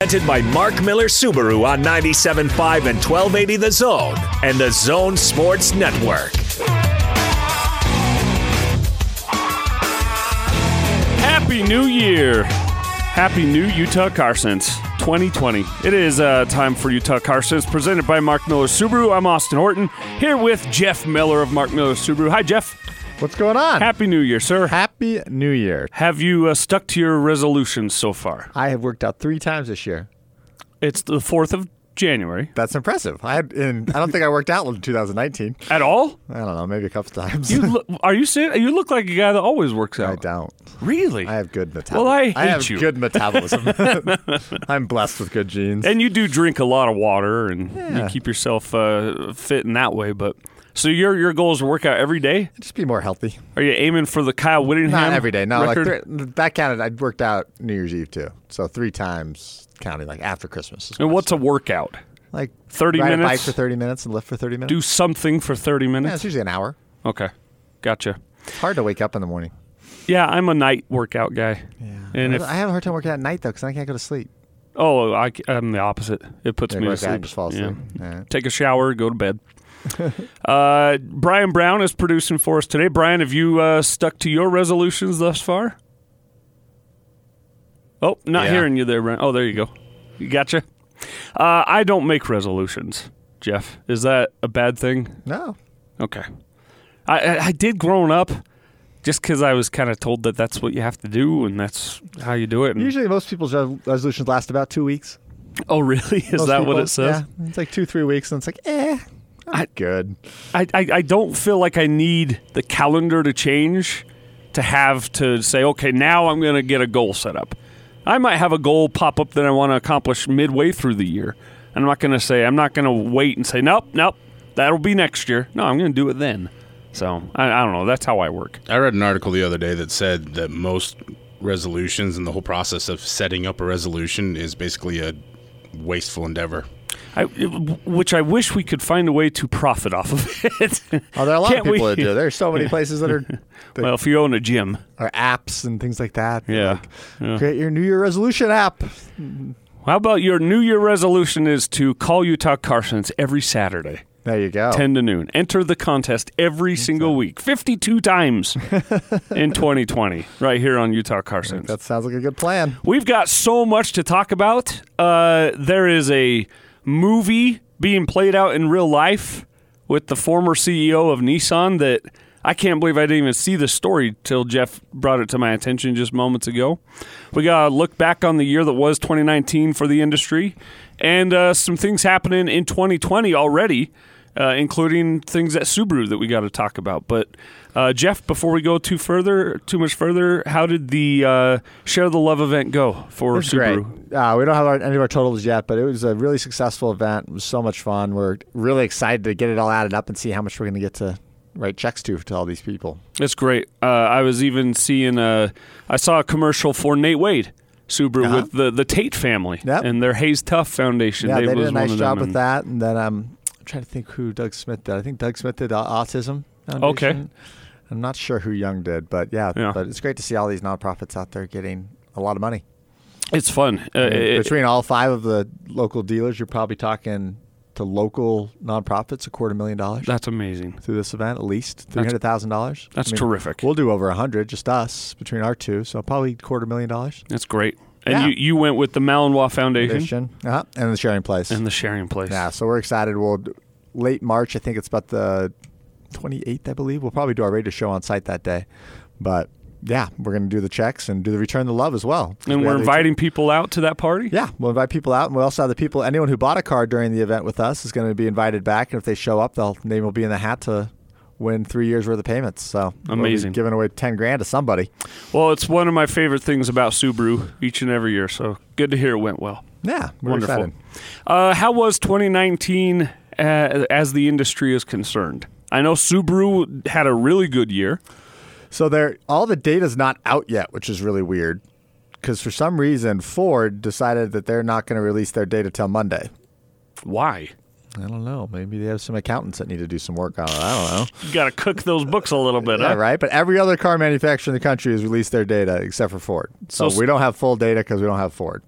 Presented by Mark Miller Subaru on 97.5 and 1280 The Zone and The Zone Sports Network. Happy New Year! Happy New Utah Carsons 2020. It is uh, time for Utah Carsons presented by Mark Miller Subaru. I'm Austin Horton here with Jeff Miller of Mark Miller Subaru. Hi, Jeff. What's going on? Happy New Year, sir. Happy New Year. Have you uh, stuck to your resolutions so far? I have worked out three times this year. It's the 4th of January. That's impressive. I had in I don't think I worked out in 2019. At all? I don't know, maybe a couple times. You look, are you ser- You look like a guy that always works out. I don't. Really? I have good metabolism. Well, I hate have you. good metabolism. I'm blessed with good genes. And you do drink a lot of water, and you Yeah. keep yourself uh, fit in that way. But so your your goal is to work out every day. Just be more healthy. Are you aiming for the Kyle Whittingham? Not every day. No, record? like three, that counted. I worked out New Year's Eve too, so three times counting, like after Christmas. and what's a workout? like 30 ride a bike minutes? for 30 minutes and lift for 30 minutes? Do something for thirty yeah, it's minutes. usually an hour. Okay, gotcha. It's hard to wake up in the morning. Yeah, I'm a night workout guy. And I, if I have a hard time working out at night though, because I can't go to sleep. oh, I, am the opposite. It puts Yeah, me to work out, sleep. just fall Yeah. asleep. Yeah. Take a shower, go to bed. uh, Brian Brown is producing for us today. Brian, have you uh, stuck to your resolutions thus far? Oh, not Yeah. hearing you there, Brian. Oh, there you go. You gotcha. Uh, I don't make resolutions, Jeff. Is that a bad thing? No, Okay. I, I, I did growing up just because I was kind of told that that's what you have to do and that's how you do it. and- Usually, most people's re- resolutions last about two weeks. oh, really? Is Most that what people, it says? Yeah, it's like two, three weeks, and it's like, eh, i good. I, I, I don't feel like I need the calendar to change to have to say, okay, now I'm going to get a goal set up. I might have a goal pop up that I want to accomplish midway through the year. And I'm not going to say, I'm not going to wait and say, nope, nope, that'll be next year. No, I'm going to do it then. So I, I don't know. That's how I work. I read an article the other day that said that most resolutions and the whole process of setting up a resolution is basically a wasteful endeavor. I, which I wish we could find a way to profit off of it. Oh, there are a lot Can't of people we- that do. There's so many places that are, that Well, if you own a gym, are apps and things like that. yeah. Create your New Year resolution app. How about your New Year resolution is to call Utah Carson's every Saturday? There you go. 10 to noon. Enter the contest every single week, 52 times in 2020, right here on Utah Carson. That sounds like a good plan. We've got so much to talk about. Uh, there is a movie being played out in real life with the former CEO of Nissan that I can't believe I didn't even see the story till Jeff brought it to my attention just moments ago. We got to look back on the year that was 2019 for the industry and uh, some things happening in 2020 already. Uh, including things at Subaru that we got to talk about. But uh, Jeff, before we go too further, too much further, how did the uh, Share the Love event go for It's Subaru? Great. Uh, we don't have our, any of our totals yet, but it was a really successful event. It was so much fun. We're really excited to get it all added up and see how much we're going to get to write checks to to all these people. It's great. Uh, I was even seeing uh, I saw a commercial for Nate Wade Subaru Uh-huh. with the the Tate family Yep. and their Hayes Tough Foundation. Yeah, they, was did a nice one of them, job and- with that. And then um, I'm trying to think who Doug Smith did. I think Doug Smith did au- Autism. Foundation. Okay. I'm not sure who Young did, but yeah, Yeah. but it's great to see all these nonprofits out there getting a lot of money. It's fun. Uh, it- Between all five of the local dealers, you're probably talking to local nonprofits a quarter million dollars that's amazing. through this event, at least three hundred thousand dollars. that's terrific. We'll do over a hundred, just us between our two, so probably quarter million dollars. That's great. And Yeah. you, you went with the Malinois Foundation Mission, uh-huh. and the sharing place. and the Sharing Place. Yeah, so we're excited. We'll late March. I think it's about the 28th, I believe. We'll probably do our radio show on site that day, but yeah, we're going to do the checks and do the return the love as well. 'Cause And we we're have the- inviting people out to that party. Yeah, we'll invite people out, and we'll also have the people. Anyone who bought a car during the event with us is going to be invited back, and if they show up, they'll name will be in the hat to win three years worth of payments. So we'll be Amazing. giving away ten grand to somebody. Well, it's one of my favorite things about Subaru each and every year. So good to hear it went well. Yeah, we're Wonderful. excited. Uh, how was 2019 uh, as the industry is concerned? I know Subaru had a really good year. So there, all the data's not out yet, which is really weird, because for some reason Ford decided that they're not going to release their data till Monday. Why? I don't know. Maybe they have some accountants that need to do some work on it. I don't know. You got to cook those books a little bit, Yeah, huh? right. But every other car manufacturer in the country has released their data except for Ford. So, So- we don't have full data because we don't have Ford.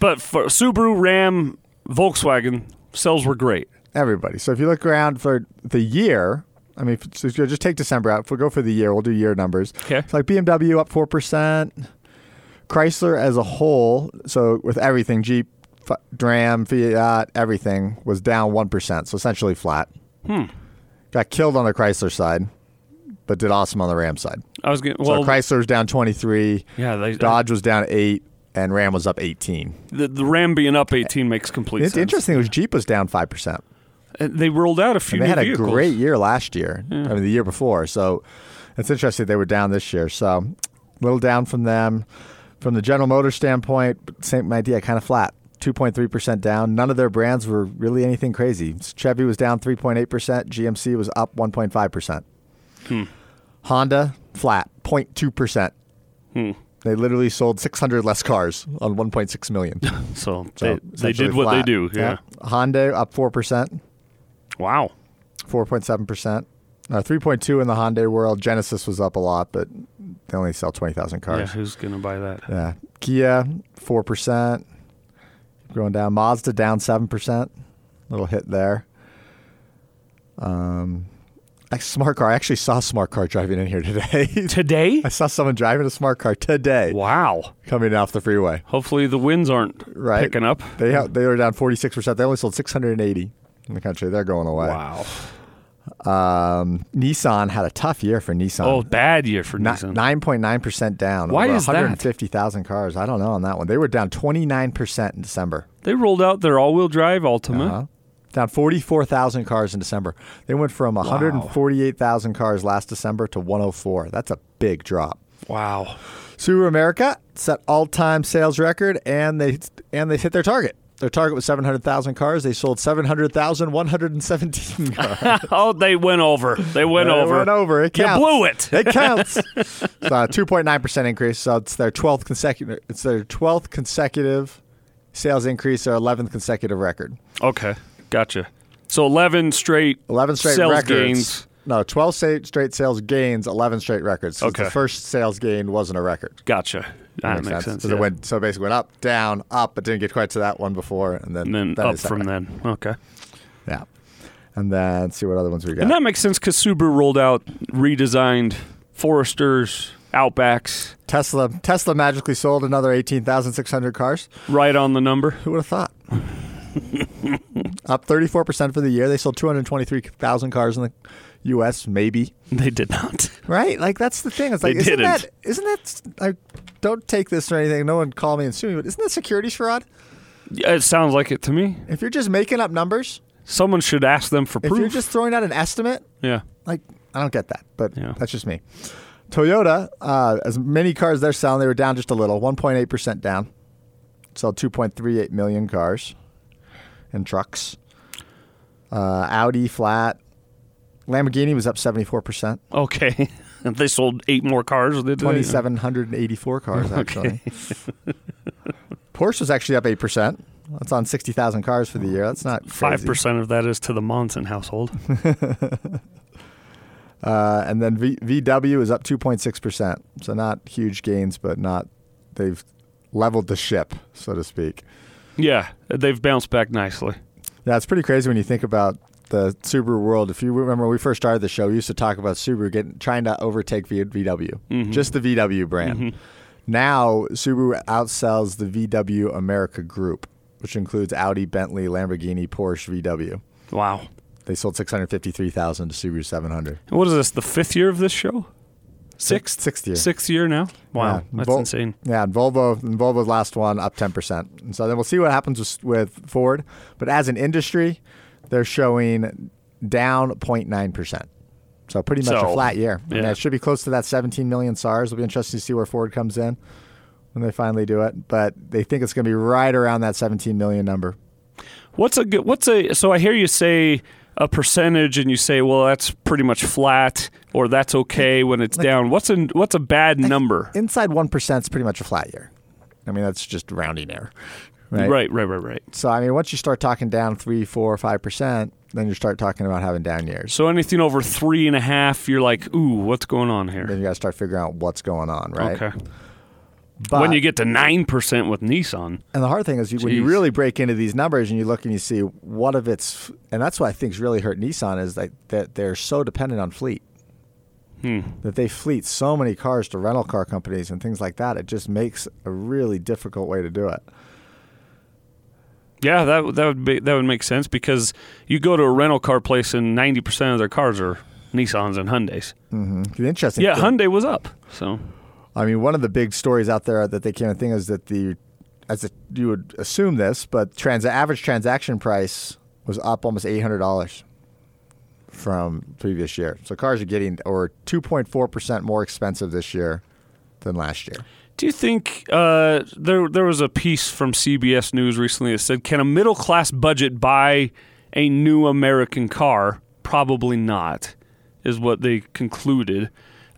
But for Subaru, Ram, Volkswagen sales were great. Everybody. So if you look around for the year, I mean, if- so if you just take December out. If we go for the year, we'll do year numbers. Okay. It's like BMW up 4%. Chrysler as a whole, so with everything, Jeep, F- Dram, Fiat, everything was down 1%, so essentially flat. Hmm. Got killed on the Chrysler side, but did awesome on the Ram side. I was getting So well. Chrysler was down 23, yeah, they, Dodge was down 8, and Ram was up 18. the, the Ram being up 18 makes complete It's sense. interesting was Jeep was down 5%. Uh, They rolled out a few And they new had a vehicles. great year last year. I mean, the year before. So it's interesting they were down this year. So little down from them. From the General Motors standpoint, same idea, kind of flat. 2.3% down. None of their brands were really anything crazy. Chevy was down 3.8%. GMC was up 1.5%. Hmm. Honda, flat, 0.2%. Hmm. They literally sold 600 less cars on 1.6 million. So So they, they essentially did what they flat. do. Yeah. Honda up 4%. Wow. four point seven percent. Uh, Three point two in the Hyundai world. Genesis was up a lot, but they only sell twenty thousand Yeah. cars. Who's gonna buy that? Yeah. Kia four percent, going down. Mazda down seven percent. Little hit there. Um, a smart car. I actually saw a smart car driving in here today. Today? I saw someone driving a smart car today Wow. coming off the freeway. Hopefully the winds aren't Right. picking up. They ha- they were down forty six percent. They only sold six hundred and eighty in the country. They're going away. Wow. Um, Nissan had a tough year for Nissan. Oh, bad year for Nissan. Nine point nine percent down. Why Over is that? 150,000 cars. I don't know on that one. They were down twenty nine percent in December. They rolled out their all-wheel drive Altima. Huh? Down forty four thousand cars in December. They went from one hundred and forty eight thousand cars last December to one hundred four. That's a big drop. Wow. Subaru America set all time sales record, and they and they hit their target. Their target was seven hundred thousand cars. They sold 700,117 cars. oh, they went over. They went It over. went over. It You counts. blew it. It counts. uh, Two point nine percent increase. So it's their twelfth consecutive. It's their twelfth consecutive sales increase. Their eleventh consecutive record. Okay. Gotcha. So 11 straight Eleven straight sales records. gains. No, twelve sa- straight sales gains. Eleven straight records. 'Cause Okay. The first sales gain wasn't a record. Gotcha. That makes, sense. 'Cause yeah. it went so basically went up, down, up, but didn't get quite to that one before, and then and then that up is that from record. then. Okay. Yeah. And then let's see what other ones we got. And that makes sense because Subaru rolled out redesigned Foresters, Outbacks, Tesla Tesla magically sold another eighteen thousand six hundred cars. right on the number. Who would have thought? Up 34% for the year. They sold 223,000 cars in the U.S., maybe. They did not. Right? Like, that's the thing. It's like, They isn't didn't. that, isn't that, I don't take this or anything. No one call me and sue me, but isn't that securities fraud? Yeah, it sounds like it to me. If you're just making up numbers, Someone should ask them for if proof. you're just throwing out an estimate, yeah. like, I don't get that, but Yeah. that's just me. Toyota, uh, as many cars they're selling, they were down just a little, 1.8% down. Sold 2.38 million cars and trucks. Uh, Audi flat. Lamborghini was up 74%, Okay. they sold eight more cars. Did they? 2,784 cars, actually. Porsche was actually up 8%. That's on 60,000 cars for the year. That's not Five crazy. percent of that is to the Monson household. Uh, and then v- VW is up 2.6%. So not huge gains, but not they've leveled the ship, so to speak. yeah, they've bounced back nicely. Yeah, it's pretty crazy when you think about the Subaru world. If you remember when we first started the show, we used to talk about Subaru getting trying to overtake v- VW, just the VW brand. Now Subaru outsells the VW America Group, which includes Audi, Bentley, Lamborghini, Porsche, VW. Wow. They sold 653,000 to Subaru 700. What is this? The fifth year of this show? Sixth. Sixth year. Sixth year now. Wow, Yeah, that's Vol- insane. Yeah, and Volvo, and Volvo's last one up 10%. And so then we'll see what happens with, with Ford. But as an industry, they're showing down 0.9%. So pretty much a So, flat year. yeah. And it should be close to that 17 million SARs. It'll be interesting to see where Ford comes in when they finally do it. But they think it's going to be right around that 17 million number. What's a good? What's a? So I hear you say a percentage, and you say, well, that's pretty much flat, or that's okay when it's down. What's a what's a bad number? Inside 1% is pretty much a flat year. I mean, that's just rounding error. Right. right, right, right, right. So, I mean, once you start talking down 3, 4, 5%, then you start talking about having down years. So anything over three and a half, you're like, ooh, what's going on here? then you got to start figuring out what's going on, right? Okay. But, when you get to nine percent with Nissan. and the hard thing is you, when you Jeez. really break into these numbers and you look and you see what of it's and that's what I think's really hurt Nissan is that, that they're so dependent on fleet. Hmm. That they fleet so many cars to rental car companies and things like that, it just makes a really difficult way to do it. Yeah, that that would be that would make sense because you go to a rental car place and ninety percent of their cars are Nissans and Hyundai's. The interesting Yeah, thing- Hyundai was up. So I mean, one of the big stories out there that they came and think is that the, as a, you would assume this, but trans average transaction price was up almost eight hundred dollars from previous year. So cars are getting or two point four percent more expensive this year than last year. Do you think uh, there there was a piece from CBS News recently that said, "Can a middle class budget buy a new American car?" Probably not, is what they concluded.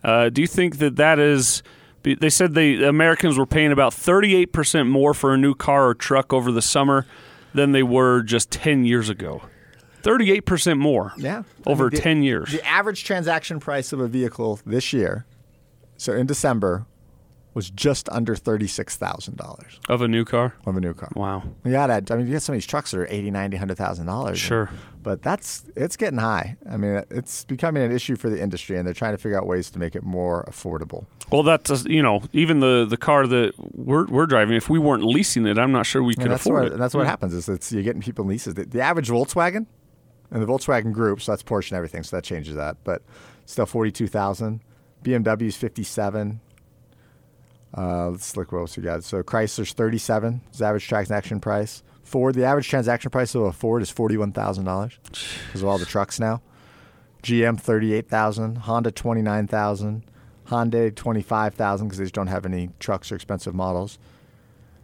Uh, do you think that that is? be- They said the Americans were paying about thirty eight percent more for a new car or truck over the summer than they were just ten years ago. Thirty eight percent more. Yeah. over I mean, the- ten years. The average transaction price of a vehicle this year, so in December, was just under thirty six thousand dollars of a new car. of a new car. Wow. You gotta, I mean, you get some of these trucks that are eighty, ninety, hundred thousand dollars. Sure. but that's it's getting high. I mean, it's becoming an issue for the industry, and they're trying to figure out ways to make it more affordable. Well, that's uh, you know even the the car that we're we're driving. If we weren't leasing it, I'm not sure we could And that's afford what it. and that's what happens is it's you're getting people in leases. The, the average Volkswagen and the Volkswagen Group, so that's Porsche and everything, so that changes that. But still, forty-two thousand. BMW's fifty-seven. Uh, let's look what else we got. So Chrysler's thirty-seven is the average transaction price. Ford, the average transaction price of a Ford is forty-one thousand dollars because of all the trucks now. GM thirty-eight thousand, Honda twenty-nine thousand, Hyundai twenty-five thousand because they just don't have any trucks or expensive models.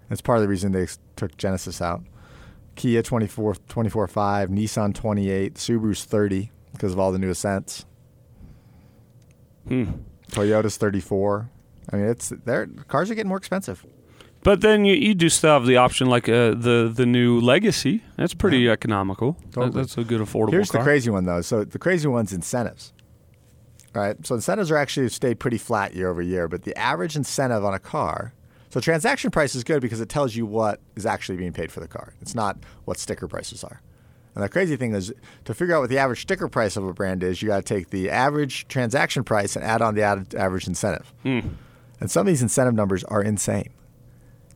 That's part of the reason they took Genesis out. Kia 24, 24 5, Nissan 28, Subaru's 30 because of all the new Ascents. Hmm. Toyota's 34. I mean, it's their cars are getting more expensive. But then you, you do still have the option like uh, the the new Legacy. That's pretty economical. That- Totally. that's a good affordable Here's car. the crazy one though. So the crazy one's incentives. Right? So incentives are actually stay pretty flat year over year, but the average incentive on a car so transaction price is good because it tells you what is actually being paid for the car. It's not what sticker prices are. And the crazy thing is to figure out what the average sticker price of a brand is, you got to take the average transaction price and add on the ad- average incentive. Hmm. And some of these incentive numbers are insane.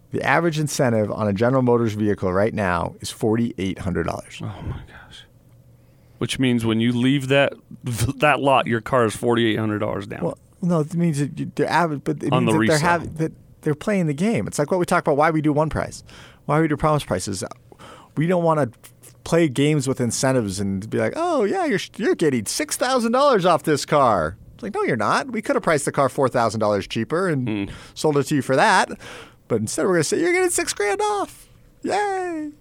The average incentive on a General Motors vehicle right now is $4,800. oh my gosh! Which means when you leave that that lot, your car is forty eight hundred dollars down. Well, no, it means that you- they're avid, but it On the means that they're resale. hav- that they're playing the game. It's like what we talk about why we do one price, why we do promise prices. We don't want to play games with incentives and be like, oh yeah, you're you're getting six thousand dollars off this car. It's like no, you're not. We could have priced the car four thousand dollars cheaper and Hmm. sold it to you for that, but instead we're going to say you're getting six grand off. Yay!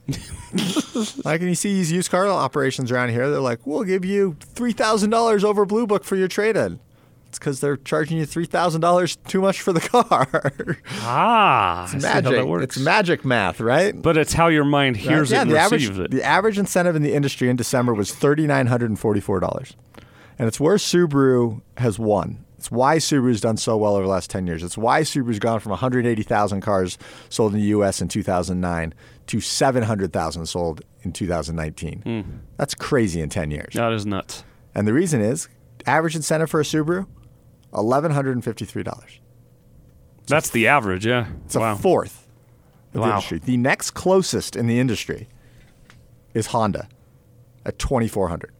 Like, and you see these used car operations around here, they're like, we'll give you $3,000 over Blue Book for your trade in. It's because they're charging you $3,000 too much for the car. ah, I see how magic. that works. It's magic math, right? but it's how your mind hears yeah, it and the average, receives it. the average incentive in the industry in December was $3,944. And it's where Subaru has won. It's why Subaru's done so well over the last 10 years. It's why Subaru's gone from 180,000 cars sold in the US in 2009 to 700,000 sold in 2019. Mm-hmm. That's crazy in 10 years. that is nuts. And the reason is average incentive for a Subaru, $1,153. That's the average. Yeah. It's wow. a fourth of the Wow. industry. The next closest in the industry is Honda at 2,400.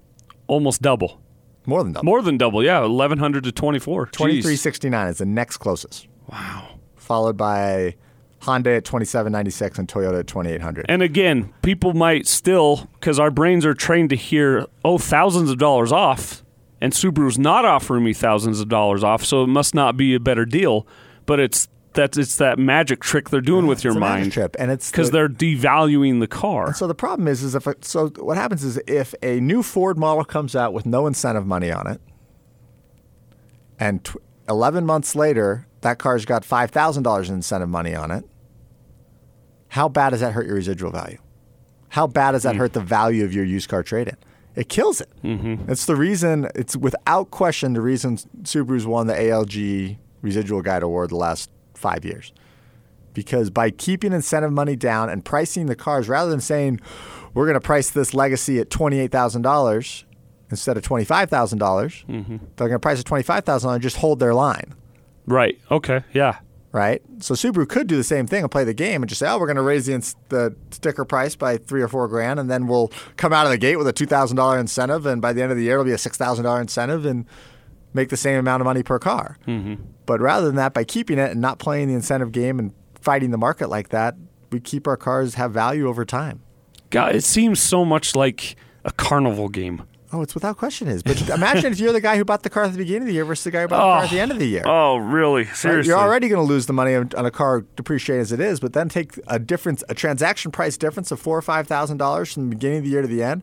Almost double. More than double. More than double. Yeah, eleven hundred to twenty four. 2369 is the next closest. Wow. Followed by Honda at 2796 and Toyota at 2800. And again, people might still, because our brains are trained to hear, oh, thousands of dollars off, and Subaru's not offering me thousands of dollars off, so it must not be a better deal. But it's that it's that magic trick they're doing with your It's a magic mind, trip and it's because the- they're devaluing the car. So the problem is, is if a, so, what happens is if a new Ford model comes out with no incentive money on it, and tw- eleven months later that car's got five thousand dollars in incentive money on it, how bad does that hurt your residual value? How bad does that hurt the value of your used car trade-in? It kills it. Mm-hmm. It's the reason. It's without question the reason Subaru's won the ALG Residual Guide Award the last five years. because by keeping incentive money down and pricing the cars, rather than saying we're going to price this legacy at twenty eight thousand dollars instead of twenty dollars, they're going to price it twenty five thousand dollars. Just hold their line, Right. Okay. Yeah. right? So Subaru could do the same thing and play the game and just say, oh, we're going to raise the, ins- the sticker price by three or four grand, and then we'll come out of the gate with a two thousand dollar incentive, and by the end of the year it'll be a six thousand dollar incentive, and make the same amount of money per car. But rather than that, by keeping it and not playing the incentive game and fighting the market like that, we keep our cars have value over time. God, it seems so much like a carnival game. Oh, it's without question is. But imagine if you're the guy who bought the car at the beginning of the year versus the guy who bought the car at the end of the year. Oh, really? Right? Seriously? You're already going to lose the money on, on a car depreciated as it is, but then take a difference, a transaction price difference of four or five thousand dollars from the beginning of the year to the end.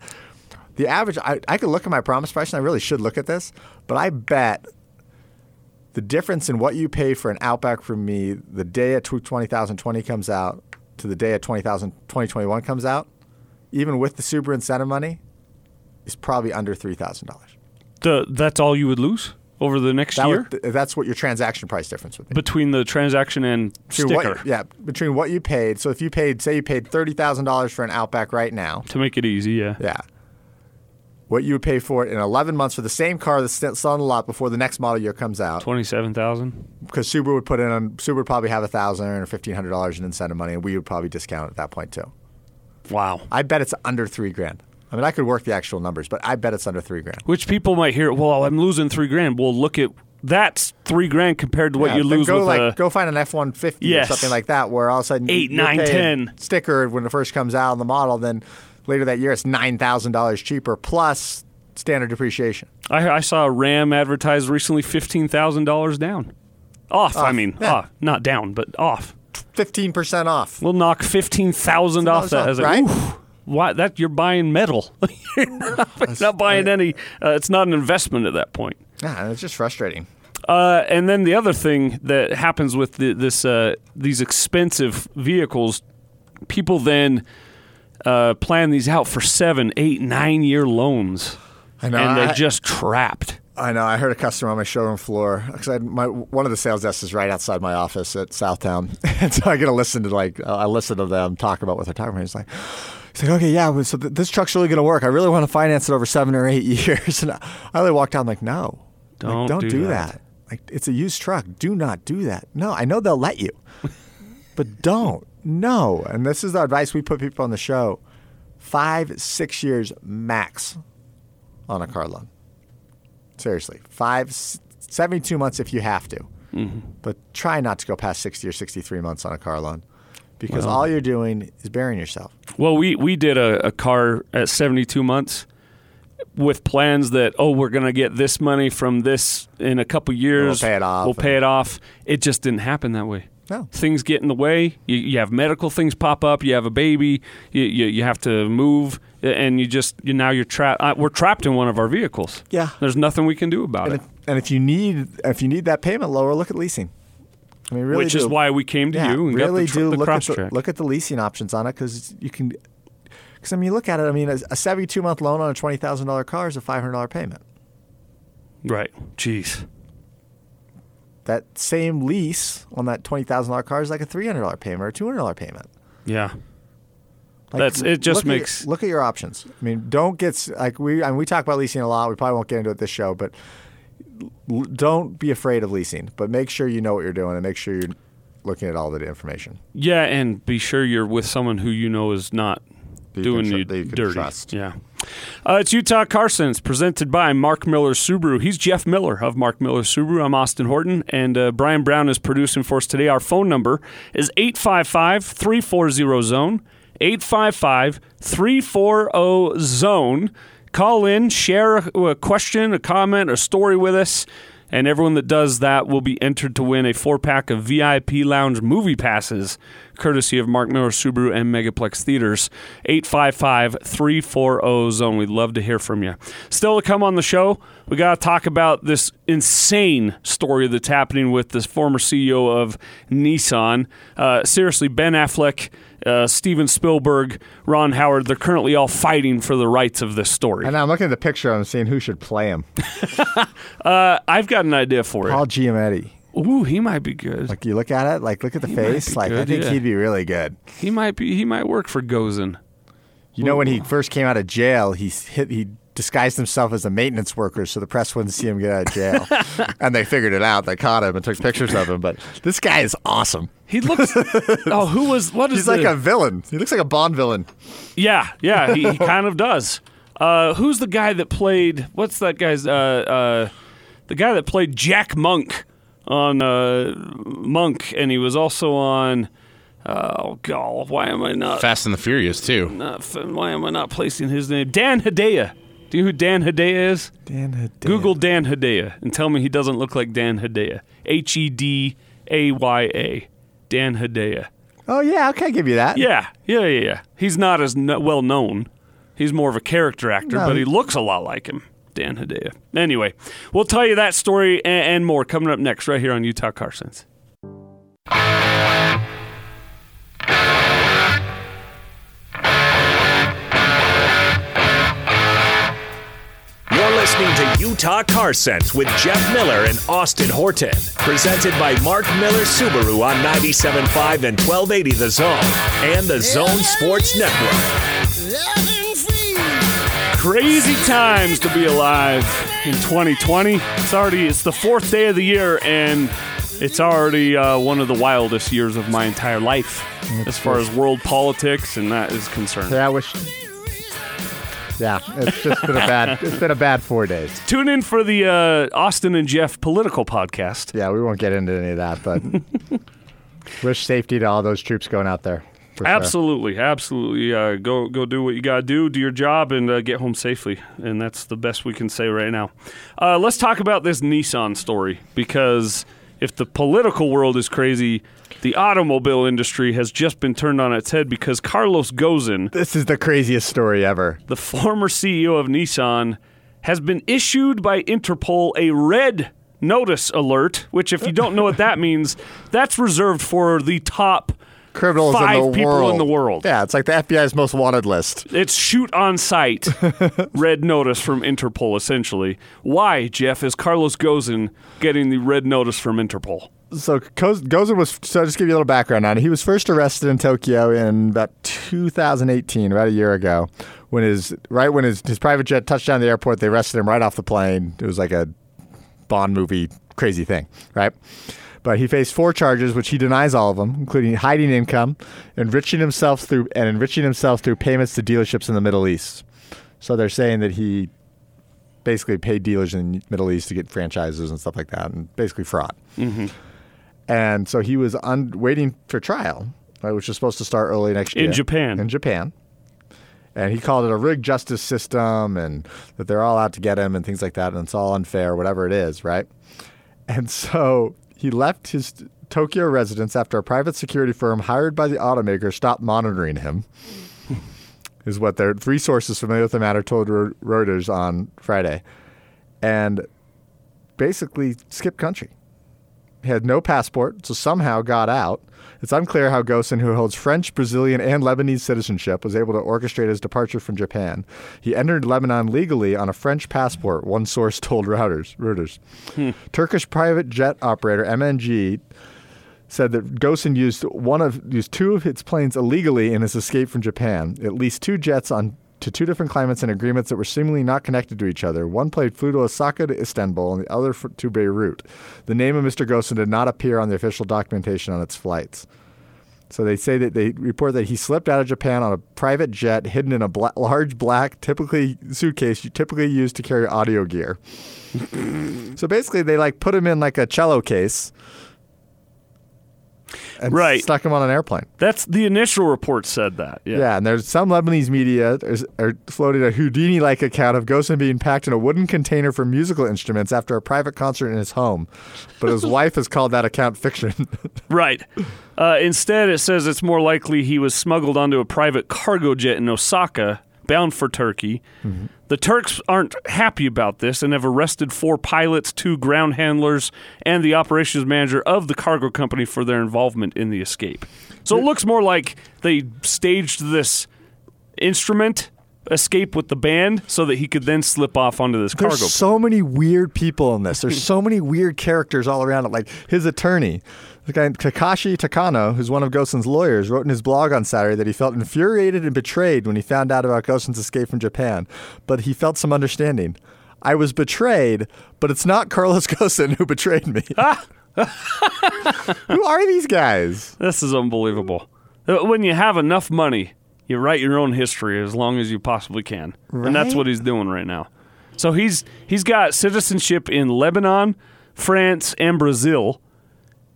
The average, I, I could look at my promise price, and I really should look at this, but I bet the difference in what you pay for an Outback from me the day at 20,020 comes out to the day at 20,000 2021 comes out, even with the Subaru incentive money, is probably under three thousand dollars. The, that's all you would lose over the next That year would, th- that's what your transaction price difference would be. between the transaction and Between sticker what- yeah, between what you paid. So if you paid, say, you paid thirty thousand dollars for an Outback right now, to make it easy. Yeah. yeah, what you would pay for it in eleven months for the same car that's still still on the lot before the next model year comes out, Twenty-seven thousand. because Subaru would put in on Subaru would probably have thousand or fifteen hundred dollars in incentive money, and we would probably discount at that point too. Wow. I bet it's under three grand. I mean, I could work the actual numbers, but I bet it's under three grand. Which people might hear, well, I'm losing three grand. Well, look at that's three grand compared to what Yeah, you then lose go with uh, like a. go find an F one fifty or Yes. something like that, where all of a sudden Eight, you're nine, paying 10. sticker when it first comes out on the model, then later that year it's nine thousand dollars cheaper plus standard depreciation. I, I saw a Ram advertised recently, fifteen thousand dollars down. Off, I mean, yeah. off, not down, but off. Fifteen percent off. We'll knock fifteen thousand off that. I was like, Right? "Oof, why that you're buying metal? you're not, not buying any. Uh, it's not an investment at that point. Yeah, it's just frustrating. Uh, and then the other thing that happens with the, this uh, these expensive vehicles, people then uh, plan these out for seven, eight, nine year loans, I know. and I, they're just trapped. I know. I heard a customer on my showroom floor because I my one of the sales desks is right outside my office at Southtown, and so I get to listen to like uh, I listen to them talk about what they're talking about. He's like. He's like, okay, yeah, but so th- this truck's really going to work. I really want to finance it over seven or eight years. And I, I really walked out, I'm like, no, Like, Don't don't do do that. that. Like, it's a used truck. Do not do that. No, I know they'll let you, but don't. No. And this is the advice we put people on the show five, six years max on a car loan. Seriously, five, s- 72 months if you have to. Mm-hmm. But try not to go past 60 or 63 months on a car loan because all you're doing is burying yourself. Well, we we did a, a car at 72 months with plans that oh we're gonna get this money from this in a couple years. pay it off. We'll pay it off. It just didn't happen that way. No. Things get in the way. You, you have medical things pop up. You have a baby. You you, you have to move, and you just you now you're trapped. Uh, we're trapped in one of our vehicles. Yeah. There's nothing we can do about And it. if, and if you need if you need that payment lower, look at leasing. I mean, really which do. is why we came to yeah, you and really got the, tr- the do look at cross the, track. look at the leasing options on it because you can. Because I mean, you look at it. I mean, a, a seventy-two month loan on a twenty thousand dollar car is a five hundred dollar payment. right. Jeez. That same lease on that twenty thousand dollar car is like a three hundred dollar payment or a two hundred dollar payment. Yeah. Like, That's- it just look At makes- your, look at your options. I mean, don't get s- like we. I mean, we talk about leasing a lot. We probably won't get into it this show, but l- don't be afraid of leasing. But make sure you know what you're doing and make sure you're looking at all the information. Yeah, and be sure you're with someone who you know is not That you doing can tr- you that you can dirty. trust. Yeah. Uh, it's Utah Carson's presented by Mark Miller Subaru. He's Jeff Miller of Mark Miller Subaru. I'm Austin Horton, and uh, Brian Brown is producing for us today. Our phone number is 855 340 Zone, 855 340 Zone. Call in, share a, a question, a comment, a story with us. And everyone that does that will be entered to win a four pack of VIP Lounge movie passes, courtesy of Mark Miller Subaru and Megaplex Theaters. 855 340 oh, Zone. We'd love to hear from you. Still to come on the show, we got to talk about this insane story that's happening with this former CEO of Nissan. Uh, seriously, Ben Affleck, uh, Steven Spielberg, Ron Howard, they're currently all fighting for the rights of this story. And I'm looking at the picture. I'm seeing who should play him. I've got an idea for it. Paul Giamatti. Ooh, he might be good. Like you look at it, like look at the He might face. be Like I good, think yeah. he'd be really good. he might be. He might work for Gozen. You know, when he first came out of jail, he s- hit, he disguised himself as a maintenance worker so the press wouldn't see him get out of jail. and they figured it out. They caught him and took pictures of him. But this guy is awesome. He looks. oh, who was? What is? He's like the- a villain. He looks like a Bond villain. Yeah, yeah, he, he kind of does. Uh, who's the guy that played? What's that guy's? Uh, uh, the guy that played Jack Monk on uh, Monk, and he was also on. Uh, oh God, why am I not, Fast and the Furious too. not f- Why am I not placing his name? Dan Hedaya. Do you know who Dan Hedaya is? Dan Google Dan Hedaya and tell me he doesn't look like Dan Hedaya. H e d a y a. Dan Hedaya. Oh yeah, okay, I'll give you that. Yeah, yeah, yeah, yeah. He's not as kn- well known. He's more of a character actor, No, but he he- looks a lot like him, Dan Hedaya. Anyway, we'll tell you that story and, and more coming up next, right here on Utah Car Sense. You're listening to Utah Car Sense with Jeff Miller and Austin Horton. Presented by Mark Miller Subaru on 97.5 and 1280 The Zone and the Zone Sports Network. Crazy times to be alive in 2020. It's already it's the fourth day of the year, and it's already uh, one of the wildest years of my entire life, as far as world politics and that is concerned. Yeah, I wish. Yeah, it's just been a bad. It's been a bad four days. Tune in for the uh, Austin and Jeff political podcast. Yeah, we won't get into any of that, but wish safety to all those troops going out there. for sure. Absolutely, absolutely. Uh, go go do what you got to do, do your job, and uh, get home safely. And that's the best we can say right now. Uh, let's talk about this Nissan story because if the political world is crazy, the automobile industry has just been turned on its head because Carlos Gozen, This is the craziest story ever. the former CEO of Nissan, has been issued by Interpol a red notice alert. Which, if you don't know what that means, that's reserved for the top. Criminals in Five the people world. in the world. Yeah, it's like the FBI's most wanted list. It's shoot on sight. red notice from Interpol, essentially. Why, Jeff, is Carlos Gozen getting the red notice from Interpol? So Ko- Gozer was. So I'll just give you a little background on it. He was first arrested in Tokyo in about 2018, about a year ago, when his right when his his private jet touched down the airport. They arrested him right off the plane. It was like a Bond movie crazy thing, right? But he faced four charges, which he denies all of them, including hiding income, enriching himself through and enriching himself through payments to dealerships in the Middle East. So they're saying that he basically paid dealers in the Middle East to get franchises and stuff like that, and basically fraud. Mm-hmm. And so he was un- waiting for trial, right, which was supposed to start early next In year Japan. In Japan. And he called it a rigged justice system and that they're all out to get him and things like that. And it's all unfair, whatever it is, right? And so he left his Tokyo residence after a private security firm hired by the automaker stopped monitoring him, is what their three sources familiar with the matter told Re- Reuters on Friday. And basically skipped country. He had no passport, so somehow got out. It's unclear how Gosen, who holds French, Brazilian, and Lebanese citizenship, was able to orchestrate his departure from Japan. He entered Lebanon legally on a French passport, one source told Reuters. Reuters. Turkish private jet operator MNG said that Gosen used one of used two of its planes illegally in his escape from Japan. At least two jets on to two different climates and agreements that were seemingly not connected to each other. One plane flew to Osaka to Istanbul, and the other f- to Beirut. The name of Mr. Gosen did not appear on the official documentation on its flights. So they say that they report that he slipped out of Japan on a private jet hidden in a bla- large black, typically suitcase, you typically used to carry audio gear. so basically, they like put him in like a cello case, and Right. Stuck him on an airplane. That's the initial report said that. Yeah. Yeah, and there's some Lebanese media is, are floated a Houdini-like account of Gosen being packed in a wooden container for musical instruments after a private concert in his home, but his wife has called that account fiction. Right. Uh, instead, it says it's more likely he was smuggled onto a private cargo jet in Osaka, bound for Turkey. The Turks aren't happy about this and have arrested four pilots, two ground handlers, and the operations manager of the cargo company for their involvement in the escape. So it looks more like they staged this instrument escape with the band so that he could then slip off onto this cargo. There's so many weird people in this. There's so many weird characters all around it. Like his attorney, the guy Takashi Takano, who's one of Gosen's lawyers, wrote in his blog on Saturday that he felt infuriated and betrayed when he found out about Gosen's escape from Japan, but he felt some understanding. I was betrayed, but it's not Carlos Gosen who betrayed me. who are these guys? This is unbelievable. Uh, When you have enough money, you write your own history as long as you possibly can, and that's Right? what he's doing right now. So he's he's got citizenship in Lebanon, France, and Brazil,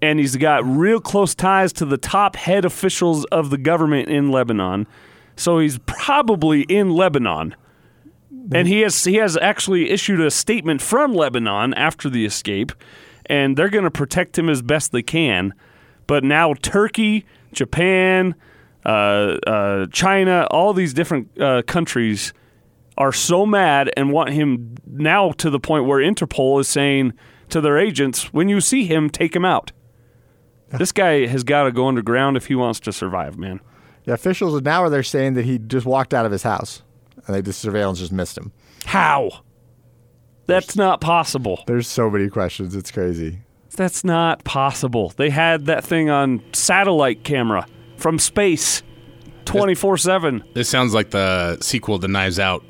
and he's got real close ties to the top head officials of the government in Lebanon. So he's probably in Lebanon. And he has he has actually issued a statement from Lebanon after the escape, and they're going to protect him as best they can. But now Turkey, Japan, uh, uh, China, all these different uh, countries are so mad and want him now to the point where Interpol is saying to their agents, "When you see him, take him out." this guy has got to go underground if he wants to survive, man. The officials now are they're saying that he just walked out of his house, and they the surveillance just missed him. How? That's not possible. There's so many questions. It's crazy. That's not possible. They had that thing on satellite camera from space 24 7. This sounds like the sequel to Knives Out.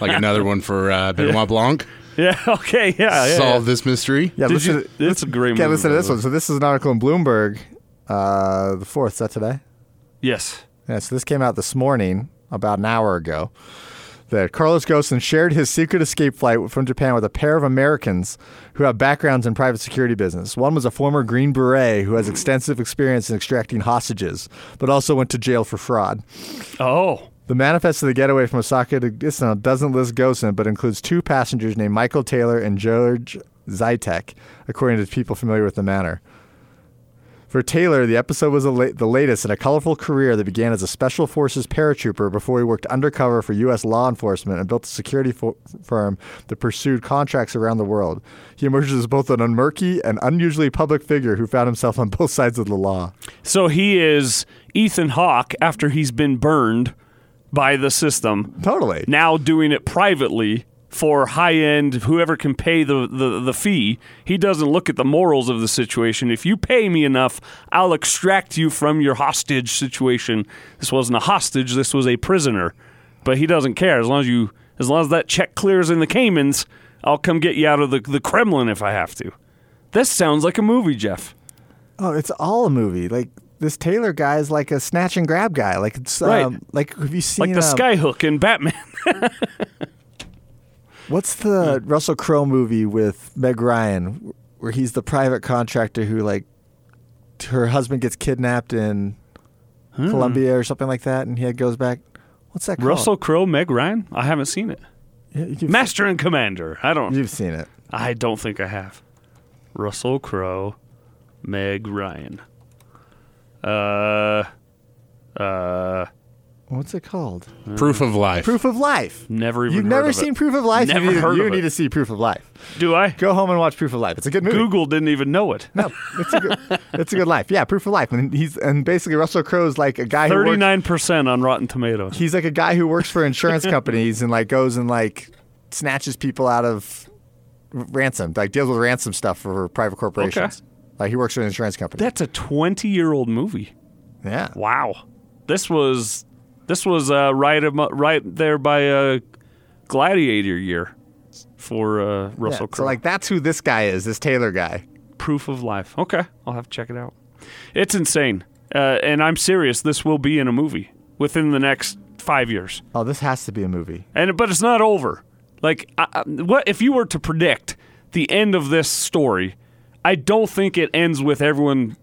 like another one for uh, Benoit Blanc. Yeah, okay, Oh, yeah. yeah, Solve this mystery. Yeah, Did listen. you- to, it's a great Yeah, movie, listen to by this the one. So this is an article in Bloomberg, uh, the fourth. Is that today? yeah. Yes. Yeah. So this came out this morning, about an hour ago. That Carlos Ghosn shared his secret escape flight from Japan with a pair of Americans who have backgrounds in private security business. One was a former Green Beret who has extensive experience in extracting hostages, but also went to jail for fraud. Oh, The manifest of the getaway from Osaka to Istanbul doesn't list Gosen, but includes two passengers named Michael Taylor and George Zytek, according to people familiar with the matter. For Taylor, the episode was a la- the latest in a colorful career that began as a Special Forces paratrooper before he worked undercover for U.S. law enforcement and built a security fo- firm that pursued contracts around the world. He emerges as both an unmurky and unusually public figure who found himself on both sides of the law. so he is Ethan Hawke after he's been burned by the system, Totally. now doing it privately for high end, whoever can pay the, the, the fee. He doesn't look at the morals of the situation. If you pay me enough, I'll extract you from your hostage situation. This wasn't a hostage, this was a prisoner. But he doesn't care. As long as you as long as that check clears in the Caymans, I'll come get you out of the, the Kremlin if I have to. This sounds like a movie, Jeff. Oh, it's all a movie. Like this Taylor guy is like a snatch and grab guy. Like it's Right. um, like have you seen Like the um, skyhook in Batman. What's the Hmm. Russell Crowe movie with Meg Ryan where he's the private contractor who like her husband gets kidnapped in Hmm. Colombia or something like that, and he goes back. What's that called? Russell Crowe, Meg Ryan? I haven't seen it. Yeah, you've, Master and Commander. I don't you've seen it. I don't think I have. Russell Crowe, Meg Ryan. Uh, uh, What's it called? Proof of life. Proof of Life. never even. You've heard never of seen It. Proof of Life. Never you need, heard you of need it. to see Proof of Life. Do I? Go home and watch Proof of Life. It's a good movie. Google didn't even know it. No, it's a good, it's a good life. Yeah, proof of life. And he's and basically Russell Crowe's like a guy who works, Thirty-nine percent on Rotten Tomatoes. he's like a guy who works for insurance companies and like goes and like snatches people out of r- ransom, like deals with ransom stuff for private corporations. Like he works for an insurance company. That's a twenty-year-old movie. yeah. Wow, this was this was uh, right amo- right there by uh, Gladiator year for uh, yeah. Russell Crowe. So like that's who this guy is, this Taylor guy. proof of life. Okay, I'll have to check it out. It's insane, uh, and I'm serious. This will be in a movie within the next five years, Oh, this has to be a movie. and but it's not over. Like, I, I- what if you were to predict the end of this story? I don't think it ends with everyone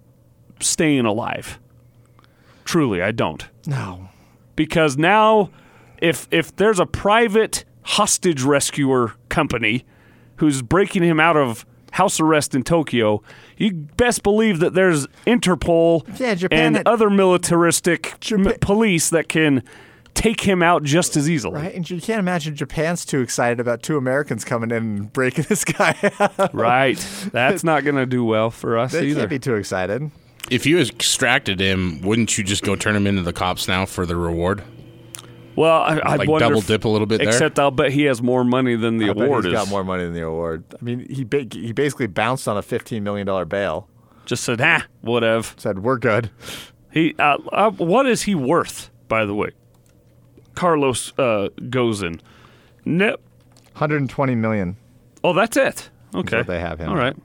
staying alive. Truly, I don't No. because now if if there's a private hostage rescuer company who's breaking him out of house arrest in Tokyo, you best believe that there's Interpol Yeah, Japan and had- other militaristic m- police that can take him out just as easily. Right? And you can't imagine Japan's too excited about two Americans coming in and breaking this guy out. Right. That's not going to do well for us They either. can't be too excited. If you extracted him, wouldn't you just go turn him into the cops now for the reward? Well, I, I Like wonder double if- dip a little bit there? Except I'll bet he has more money than the I bet award he's is. got more money than the award. I mean, he ba- he basically bounced on a fifteen million dollar bail. Just said, ah, whatever. Said we're good. He, uh, uh, what is he worth, by the way? Carlos uh, Gozin. No. Hundred and twenty million. Oh, that's it. Okay. what they have him All right.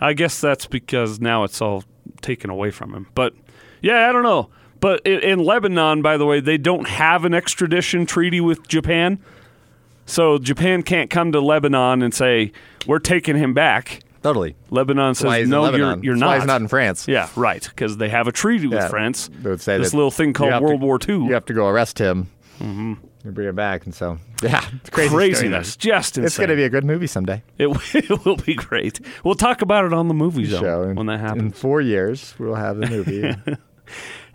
I guess that's because now it's all taken away from him. But yeah, I don't know. But in, in Lebanon, by the way, they don't have an extradition treaty with Japan. So Japan can't come to Lebanon and say, we're taking him back. Totally. Lebanon says, Why he's in no, Lebanon. you're, you're That's not. Why he's not in France. Yeah, right. Because they have a treaty with Yeah. France. They would say this that little thing you have called to- World War Mm-hmm. II. You have to go arrest him and bring him back. And so, yeah, it's crazy. Craziness. Just insane. It's going to be a good movie someday. It, will- it will be great. We'll talk about it on the movie zone Show. In- when that In happens. four years, we'll have the movie.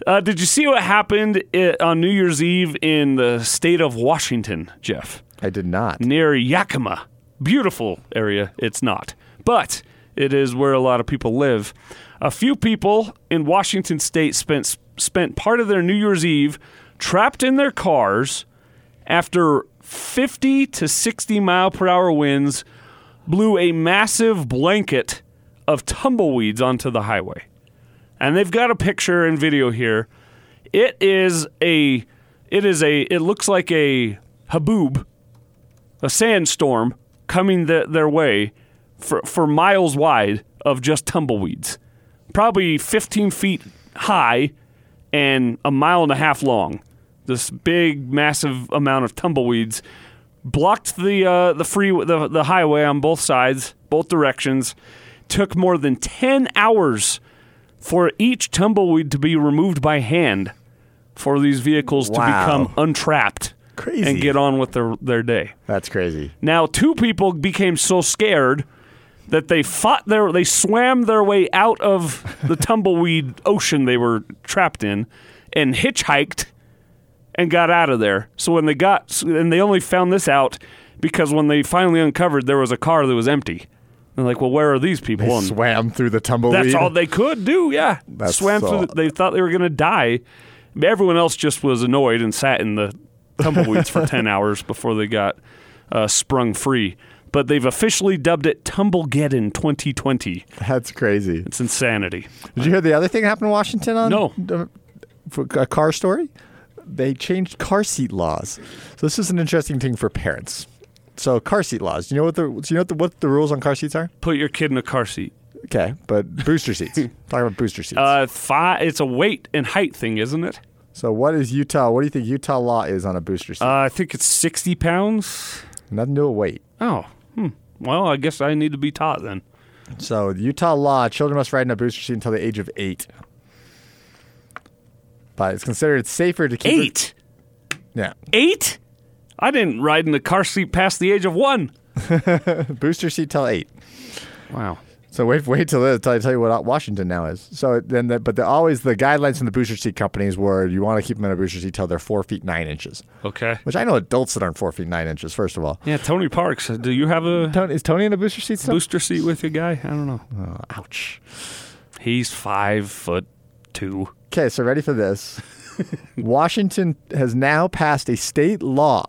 Uh, did you see what happened i on New Year's Eve in the state of Washington, Jeff? I did not. Near Yakima. Beautiful area. It's not. But it is where a lot of people live. A few people in Washington state spent spent part of their New Year's Eve trapped in their cars after 50 to 60 mile per hour winds blew a massive blanket of tumbleweeds onto the highway. And they've got a picture and video here. It is a it is a it looks like a haboob, a sandstorm coming the, their way for for miles wide of just tumbleweeds. Probably 15 feet high and a mile and a half long. This big, massive amount of tumbleweeds blocked the uh, the free the, the highway on both sides, both directions. Took more than ten hours for each tumbleweed to be removed by hand, for these vehicles Wow. to become untrapped Crazy. and get on with their their day. That's crazy. Now, two people became so scared that they fought their they swam their way out of the tumbleweed ocean they were trapped in and hitchhiked and got out of there. So when they got and they only found this out because when they finally uncovered there was a car that was empty. They're like, "Well, where are these people?" And Swam through the tumbleweed. that's all they could do. Yeah, That's swam all- through. The, they thought they were going to die. Everyone else just was annoyed and sat in the tumbleweeds for ten hours before they got uh, sprung free. But they've officially dubbed it Tumblegeddon 2020. That's crazy. It's insanity. Did you hear the other thing that happened in Washington on No. the- for a car story? They changed car seat laws. So this is an interesting thing for parents. So car seat laws. Do you know what the do you know what the, what the rules on car seats are? Put your kid in a car seat. Okay, but booster seats. Talking about booster seats. Uh, fi- it's a weight and height thing, isn't it? so what is Utah? What do you think Utah law is on a booster seat? Uh, I think it's 60 pounds. Nothing to do with weight. Oh, hmm. well, I guess I need to be taught then. So Utah law: children must ride in a booster seat until the age of eight. But it's considered safer to keep it- Eight, Yeah, eight. I didn't ride in the car seat past the age of one. booster seat till eight. Wow. So wait, wait till this, till I tell you what Washington now is. So then, the, but the, always the guidelines from the booster seat companies were you want to keep them in a booster seat till they're four feet nine inches. Okay. Which I know adults that aren't four feet nine inches. First of all, Yeah, Tony Parks. Do you have a Tony, is Tony in a booster seat? Still? booster seat with you, guy? I don't know. Oh, ouch. He's five foot two. Okay, so ready for this? Washington has now passed a state law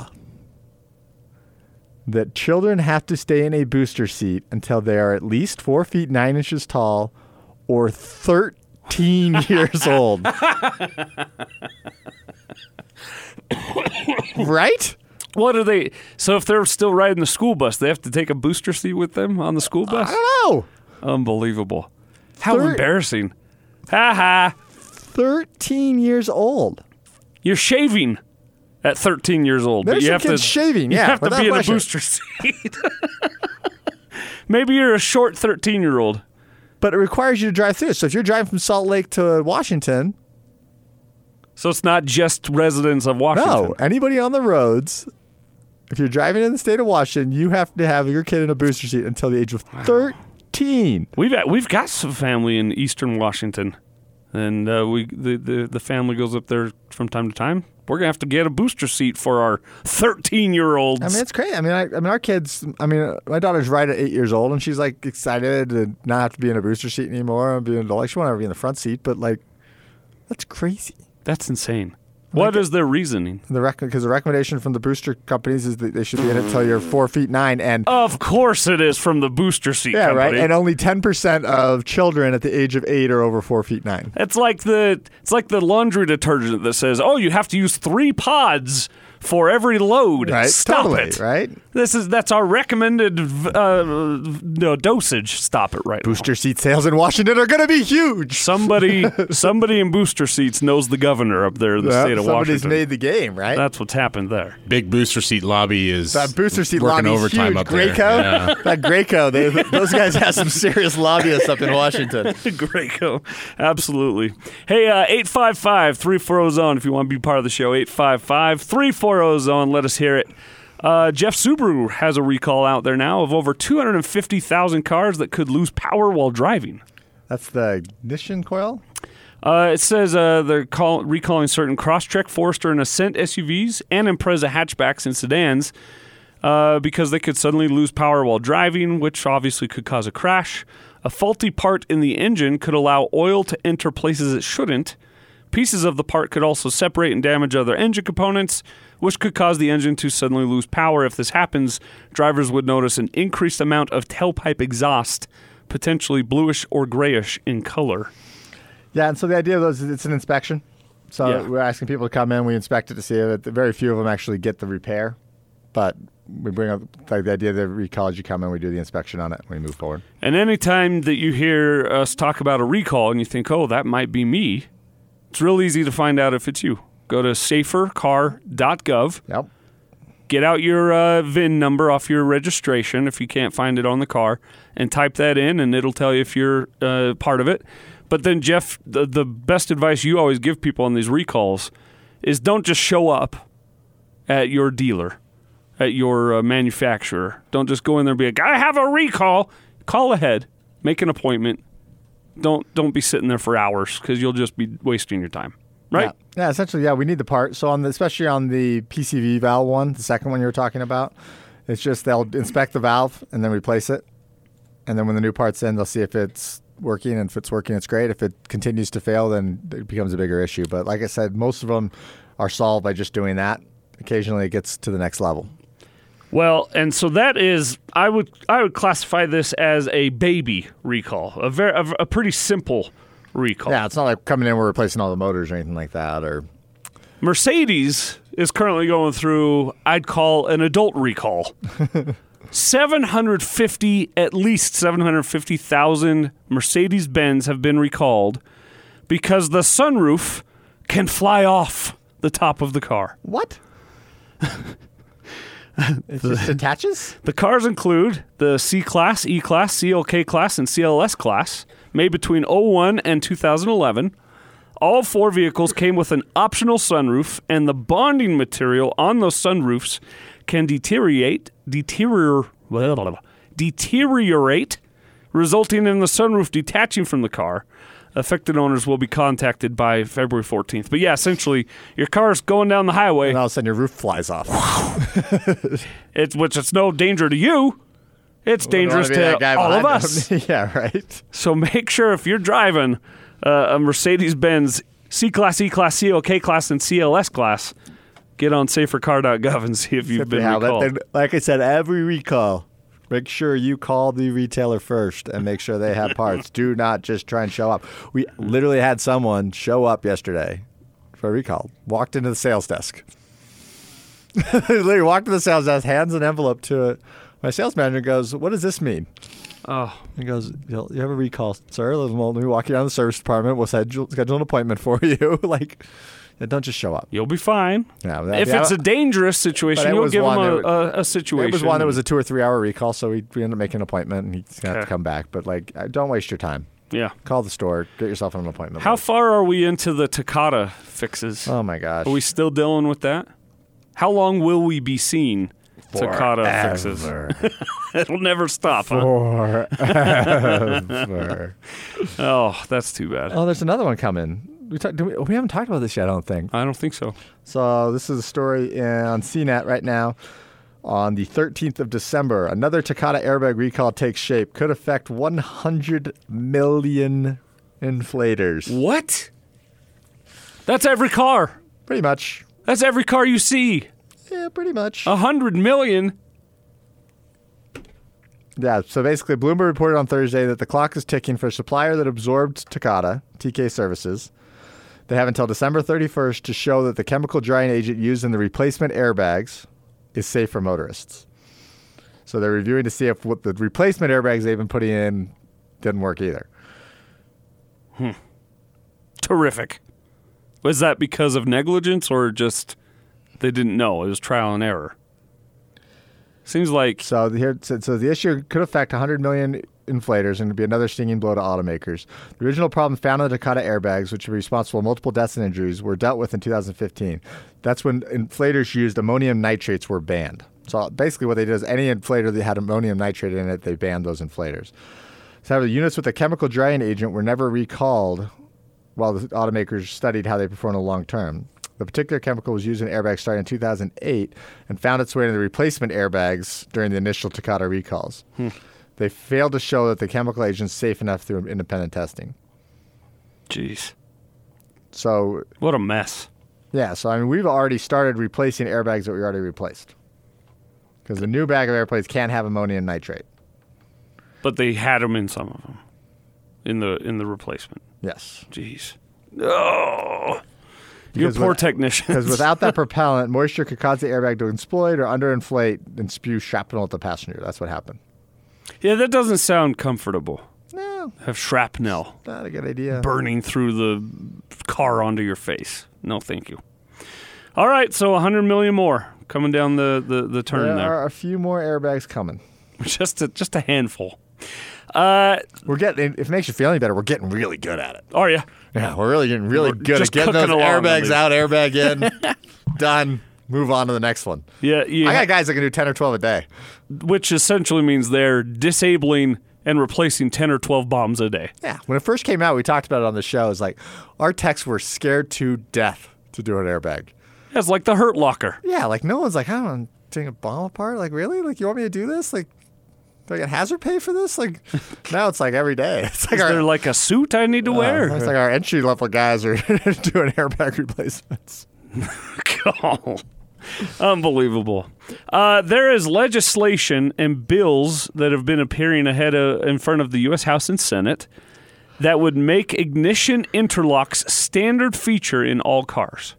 that children have to stay in a booster seat until they are at least four feet nine inches tall or 13 years old. right? What are they? So if they're still riding the school bus, they have to take a booster seat with them on the school bus. I don't know. Unbelievable! How Uh, Thir- embarrassing! Ha ha! 13 years old. You're shaving at 13 years old, There's but you some have to kids shaving, You yeah, have to without be in a question. booster seat. Maybe you're a short 13 year old. But it requires you to drive through. So if you're driving from Salt Lake to Washington, So it's not just residents of Washington. No, anybody on the roads, if you're driving in the state of Washington, you have to have your kid in a booster seat until the age of 13. We've got, we've got some family in Eastern Washington, and uh, we the, the the family goes up there from time to time. We're gonna have to get a booster seat for our thirteen year olds. I mean, it's crazy. I mean, I, I mean, our kids. I mean, uh, my daughter's right at eight years old, and she's like excited to not have to be in a booster seat anymore and be an adult. Like, she won't ever be in the front seat, but like, that's crazy. That's insane. What is their reasoning? The rec because the recommendation from the booster companies is that they should be in it until you're four feet nine and Of course it is from the booster seat yeah right company. and only ten percent of children at the age of eight are over four feet nine. it's like the it's like the laundry detergent that says, "Oh, you have to use 3 pods for every load." Right, Stop totally it. right. This is that's our recommended v- uh, v- no, dosage. Stop it right now. Booster seat sales in Washington are going to be huge. Somebody somebody in booster seats knows the governor up there in the Yeah, state of somebody's Washington. made the game right. that's what's happened there. Big booster seat lobby is That booster seat working lobby overtime huge. up Graco, there. Yeah. that Graco, they, those guys have some serious lobbyists up in Washington. Graco. Absolutely. Hey, uh, 855 340 Zone, if you want to be part of the show, 855 340 Zone. Let us hear it. Uh, Jeff Subaru has a recall out there now of over 250,000 cars that could lose power while driving. That's the ignition coil. Uh, it says uh, they're call- recalling certain Crosstrek, Forester, and Ascent SUVs and Impreza hatchbacks and sedans uh, because they could suddenly lose power while driving, which obviously could cause a crash. A faulty part in the engine could allow oil to enter places it shouldn't. Pieces of the part could also separate and damage other engine components, which could cause the engine to suddenly lose power. If this happens, drivers would notice an increased amount of tailpipe exhaust, potentially bluish or grayish in color. Yeah, and so the idea of those is it's an inspection. So Yeah. we're asking people to come in, we inspect it to see if it. Very few of them actually get the repair, but we bring up like the idea that recall is you come in, we do the inspection on it, and we move forward. And anytime that you hear us talk about a recall and you think, oh, that might be me, it's real easy to find out if it's you. Go to safercar.gov, Yep. get out your uh, VIN number off your registration if you can't find it on the car, and type that in, and it'll tell you if you're uh, part of it. But then, Jeff, the, the best advice you always give people on these recalls is don't just show up at your dealer, at your uh, manufacturer. Don't just go in there and be like, "I have a recall." Call ahead, make an appointment. Don't don't be sitting there for hours because you'll just be wasting your time, right? Yeah. Yeah, essentially, yeah, we need the part. So on the, especially on the PCV valve one, the second one you were talking about, it's just they'll inspect the valve and then replace it, and then when the new part's in, they'll see if it's working. And if it's working, it's great. If it continues to fail, then it becomes a bigger issue. But like I said, most of them are solved by just doing that. Occasionally, it gets to the next level. Well, and so that is I would I would classify this as a baby recall, a very a, a pretty simple recall. Yeah, it's not like coming in we're replacing all the motors or anything like that. Or Mercedes is currently going through I'd call an adult recall. 750 at least 750,000 Mercedes-Benz have been recalled because the sunroof can fly off the top of the car. what? it just attaches. The cars include the C Class, E Class, CLK Class, and CLS Class, made between 01 and 2011. All four vehicles came with an optional sunroof, and the bonding material on those sunroofs can deteriorate, deterior, blah, blah, blah, deteriorate, resulting in the sunroof detaching from the car. Affected owners will be contacted by February 14th. But yeah, essentially, your car's going down the highway And all of a sudden, your roof flies off. it's which it's no danger to you. It's dangerous Don't wanna be that guy to all of behind us. them. yeah, right. So make sure if you're driving uh, a Mercedes Benz C Class, E Class, CLK Class, and CLS Class, get on safercar.gov and see if you've been Yeah, but recalled. then, like I said, every recall, make sure you call the retailer first and make sure they have parts. Do not just try and show up. We literally had someone show up yesterday for a recall, walked into the sales desk. They literally walked to the sales desk, hands an envelope to it. My sales manager goes, What does this mean? oh, He goes, "You'll- You have a recall, sir. Let me walk you down to the service department. We'll schedule, schedule an appointment for you. like, yeah, don't just show up. you'll be fine. Yeah, but that- if yeah, it's a dangerous situation, but it you'll was give them one a, that a, a It situation. was one that was a two or three hour recall, so we, we ended up making an appointment, and he's gonna have Okay. to come back. But like, uh, don't waste your time. yeah. Call the store, get yourself an appointment. How far are we into the Takata fixes? oh my gosh, are we still dealing with that? How long will we be seeing Takata fixes? It'll never stop. huh? forever. Oh, that's too bad. oh, there's another one coming. We talk, do we, we haven't talked about this yet. I don't think. I don't think so. So this is a story on CNET right now. On the 13th of December, another Takata airbag recall takes shape. Could affect 100 million inflators. What? That's every car. Pretty much. That's every car you see. Yeah, pretty much. A hundred million. Yeah, so basically, Bloomberg reported on Thursday that the clock is ticking for a supplier that absorbed Takata, TK Services. They have until December 31st to show that the chemical drying agent used in the replacement airbags is safe for motorists. So they're reviewing to see if what the replacement airbags they've been putting in didn't work either. Terrific. Was that because of negligence or just they didn't know? It was trial and error. Seems like So the, here, so, so the issue could affect 100 million inflators and it'd be another stinging blow to automakers. The original problem found in the Takata airbags, which were responsible for multiple deaths and injuries, were dealt with in 2015. That's when inflators used ammonium nitrates were banned. So basically, what they did is any inflator that had ammonium nitrate in it, they banned those inflators. So however, the units with a chemical drying agent were never recalled while the automakers studied how they perform in the long term. The particular chemical was used in airbags starting in 2008 and found its way into the replacement airbags during the initial Takata recalls. They failed to show that the chemical agent is safe enough through independent testing. jeez. So, What a mess. yeah, so I mean, we've already started replacing airbags that we already replaced because the new bag of airplanes can't have ammonium nitrate. But they had them in some of them. In the in the replacement. Yes. Jeez. Oh. Your Because poor with- technicians. Because without that propellant, moisture could cause the airbag to explode or underinflate and spew shrapnel at the passenger. That's what happened. yeah, that doesn't sound comfortable. No, Have shrapnel not a good idea. burning through the car onto your face. No, thank you. All right, so 100 million more coming down the the, the turn There there. are a few more airbags coming. Just a, just a handful. Uh, We're getting. If it makes you feel any better, we're getting really good at it. are ya? Yeah, we're really getting really good just at getting those cooking along, airbags Elise. out, airbag in, done. Move on to the next one. Yeah, yeah. I got guys that can do ten or twelve a day. which essentially means they're disabling and replacing 10 or 12 bombs a day. Yeah. When it first came out, we talked about it on the show. It's like our techs were scared to death to do an airbag. That's like the Hurt Locker. Yeah, like no one's like, I don't know, taking a bomb apart. Like really? Like you want me to do this? Like do I get hazard pay for this? Like now it's like every day. It's like Is there our like a suit I need to wear? it's like our entry level guys are doing airbag replacements. God. Unbelievable. Uh, there is legislation and bills that have been appearing ahead of, in front of the U.S. House and Senate that would make ignition interlocks standard feature in all cars.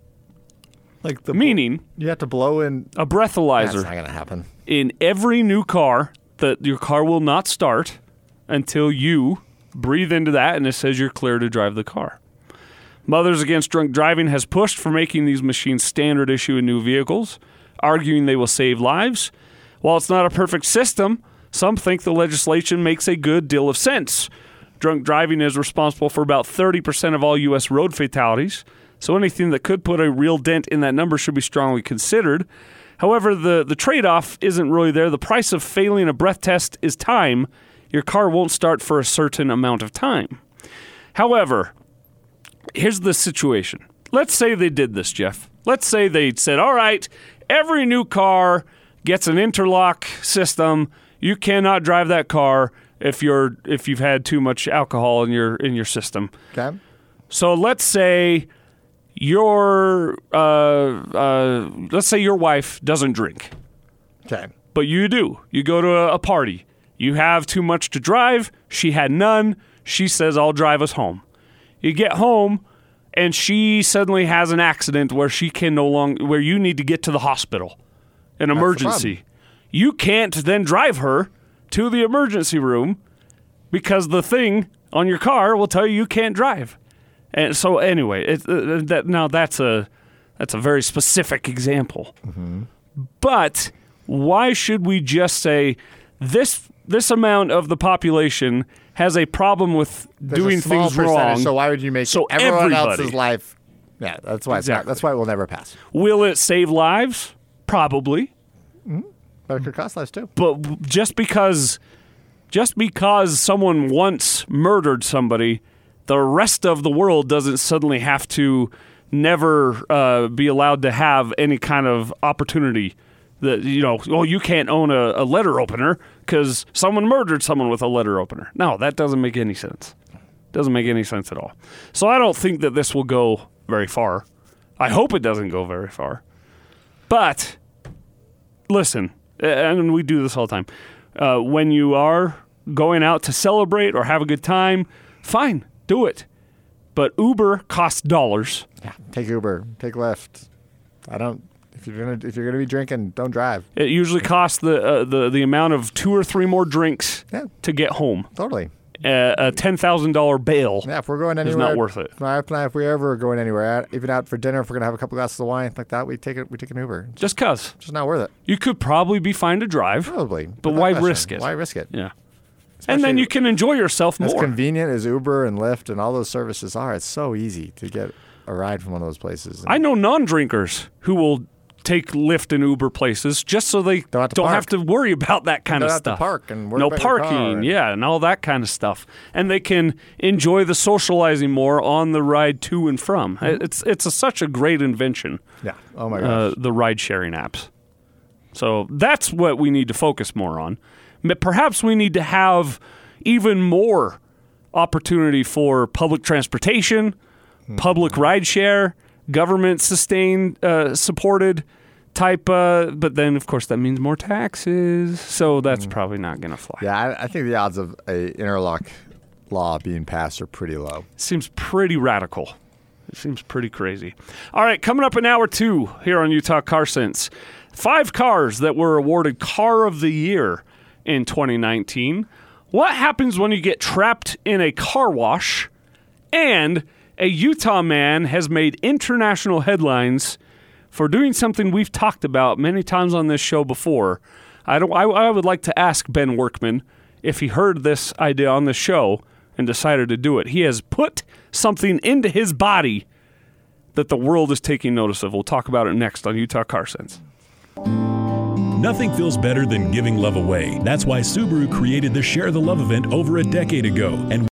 Like the Meaning, you have to blow in. a That's breathalyzer not gonna happen. in every new car that your car will not start until you breathe into that and it says you're clear to drive the car. Mothers Against Drunk Driving has pushed for making these machines standard issue in new vehicles, arguing they will save lives. While it's not a perfect system, some think the legislation makes a good deal of sense. Drunk driving is responsible for about 30% of all U.S. road fatalities, so anything that could put a real dent in that number should be strongly considered. However, the, the trade off isn't really there. The price of failing a breath test is time. Your car won't start for a certain amount of time. However, here's the situation. Let's say they did this, Jeff. Let's say they said, all right, every new car gets an interlock system. You cannot drive that car if you're if you've had too much alcohol in your in your system. Okay. So let's say your uh, uh, let's say your wife doesn't drink Okay. but you do. You go to a, a party. You have too much to drive. She had none. She says, I'll drive us home. You get home, and she suddenly has an accident where she can no longer, where you need to get to the hospital, an emergency. You can't then drive her to the emergency room because the thing on your car will tell you you can't drive. And so, anyway, it, uh, that, now that's a that's a very specific example. Mm-hmm. But why should we just say this this amount of the population has a problem with There's a doing small things percentage, wrong? So why would you make So everyone everybody- else's life? Yeah, that's why. it's not- Exactly. That's why it will never pass. Will it save lives? Probably. But it could cost lives too. But just because just because someone once murdered somebody, the rest of the world doesn't suddenly have to never uh, be allowed to have any kind of opportunity that you know, oh, you can't own a, a letter opener because someone murdered someone with a letter opener. No, that doesn't make any sense. Doesn't make any sense at all. So I don't think that this will go very far. I hope it doesn't go very far. But listen, and we do this all the time. Uh, when you are going out to celebrate or have a good time, fine, do it. But Uber costs dollars. Take Uber. Take Lyft. I don't. If you're gonna if you're gonna be drinking, don't drive. It usually costs the uh, the the amount of two or three more drinks Yeah. to get home. Totally. Uh, a ten thousand dollar bail. Yeah, if we're going It's anywhere, not worth it. If my wife and I- if we're ever going anywhere, out- even out for dinner, if we're gonna have a couple glasses of wine like that, we take it. We take an Uber. It's Just cause just not worth it. you could probably be fine to drive. Probably. But no why question. risk it? Why risk it? Yeah, and then you can enjoy yourself As more. convenient as Uber and Lyft and all those services are, it's so easy to get a ride from one of those places. I know non-drinkers who will take Lyft and Uber places just so they Don't have to park. have to worry about that kind Don't of have to stuff. park and worry no about your car parking, and- yeah, and all that kind of stuff. And they can enjoy the socializing more on the ride to and from. Mm-hmm. I- It's it's a, such a great invention, yeah. Oh my uh, gosh. the ride-sharing apps. So that's what we need to focus more on. M- Perhaps we need to have even more opportunity for public transportation, Hmm. public rideshare, government sustained, uh, supported type. Uh, but then, of course, that means more taxes. So Hmm. that's probably not going to fly. yeah, I, I think the odds of a interlock law being passed are pretty low. Seems pretty radical. It seems pretty crazy. All right, coming up in hour two here on Utah Car Sense, five cars that were awarded Car of the Year in 2019. What happens when you get trapped in a car wash? And a Utah man has made international headlines for doing something we've talked about many times on this show before. I don't. I, I would like to ask Ben Workman if he heard this idea on the show and decided to do it. He has put something into his body that the world is taking notice of. We'll talk about it next on Utah Car Sense. Nothing feels better than giving love away. That's why Subaru created the Share the Love event over a decade ago and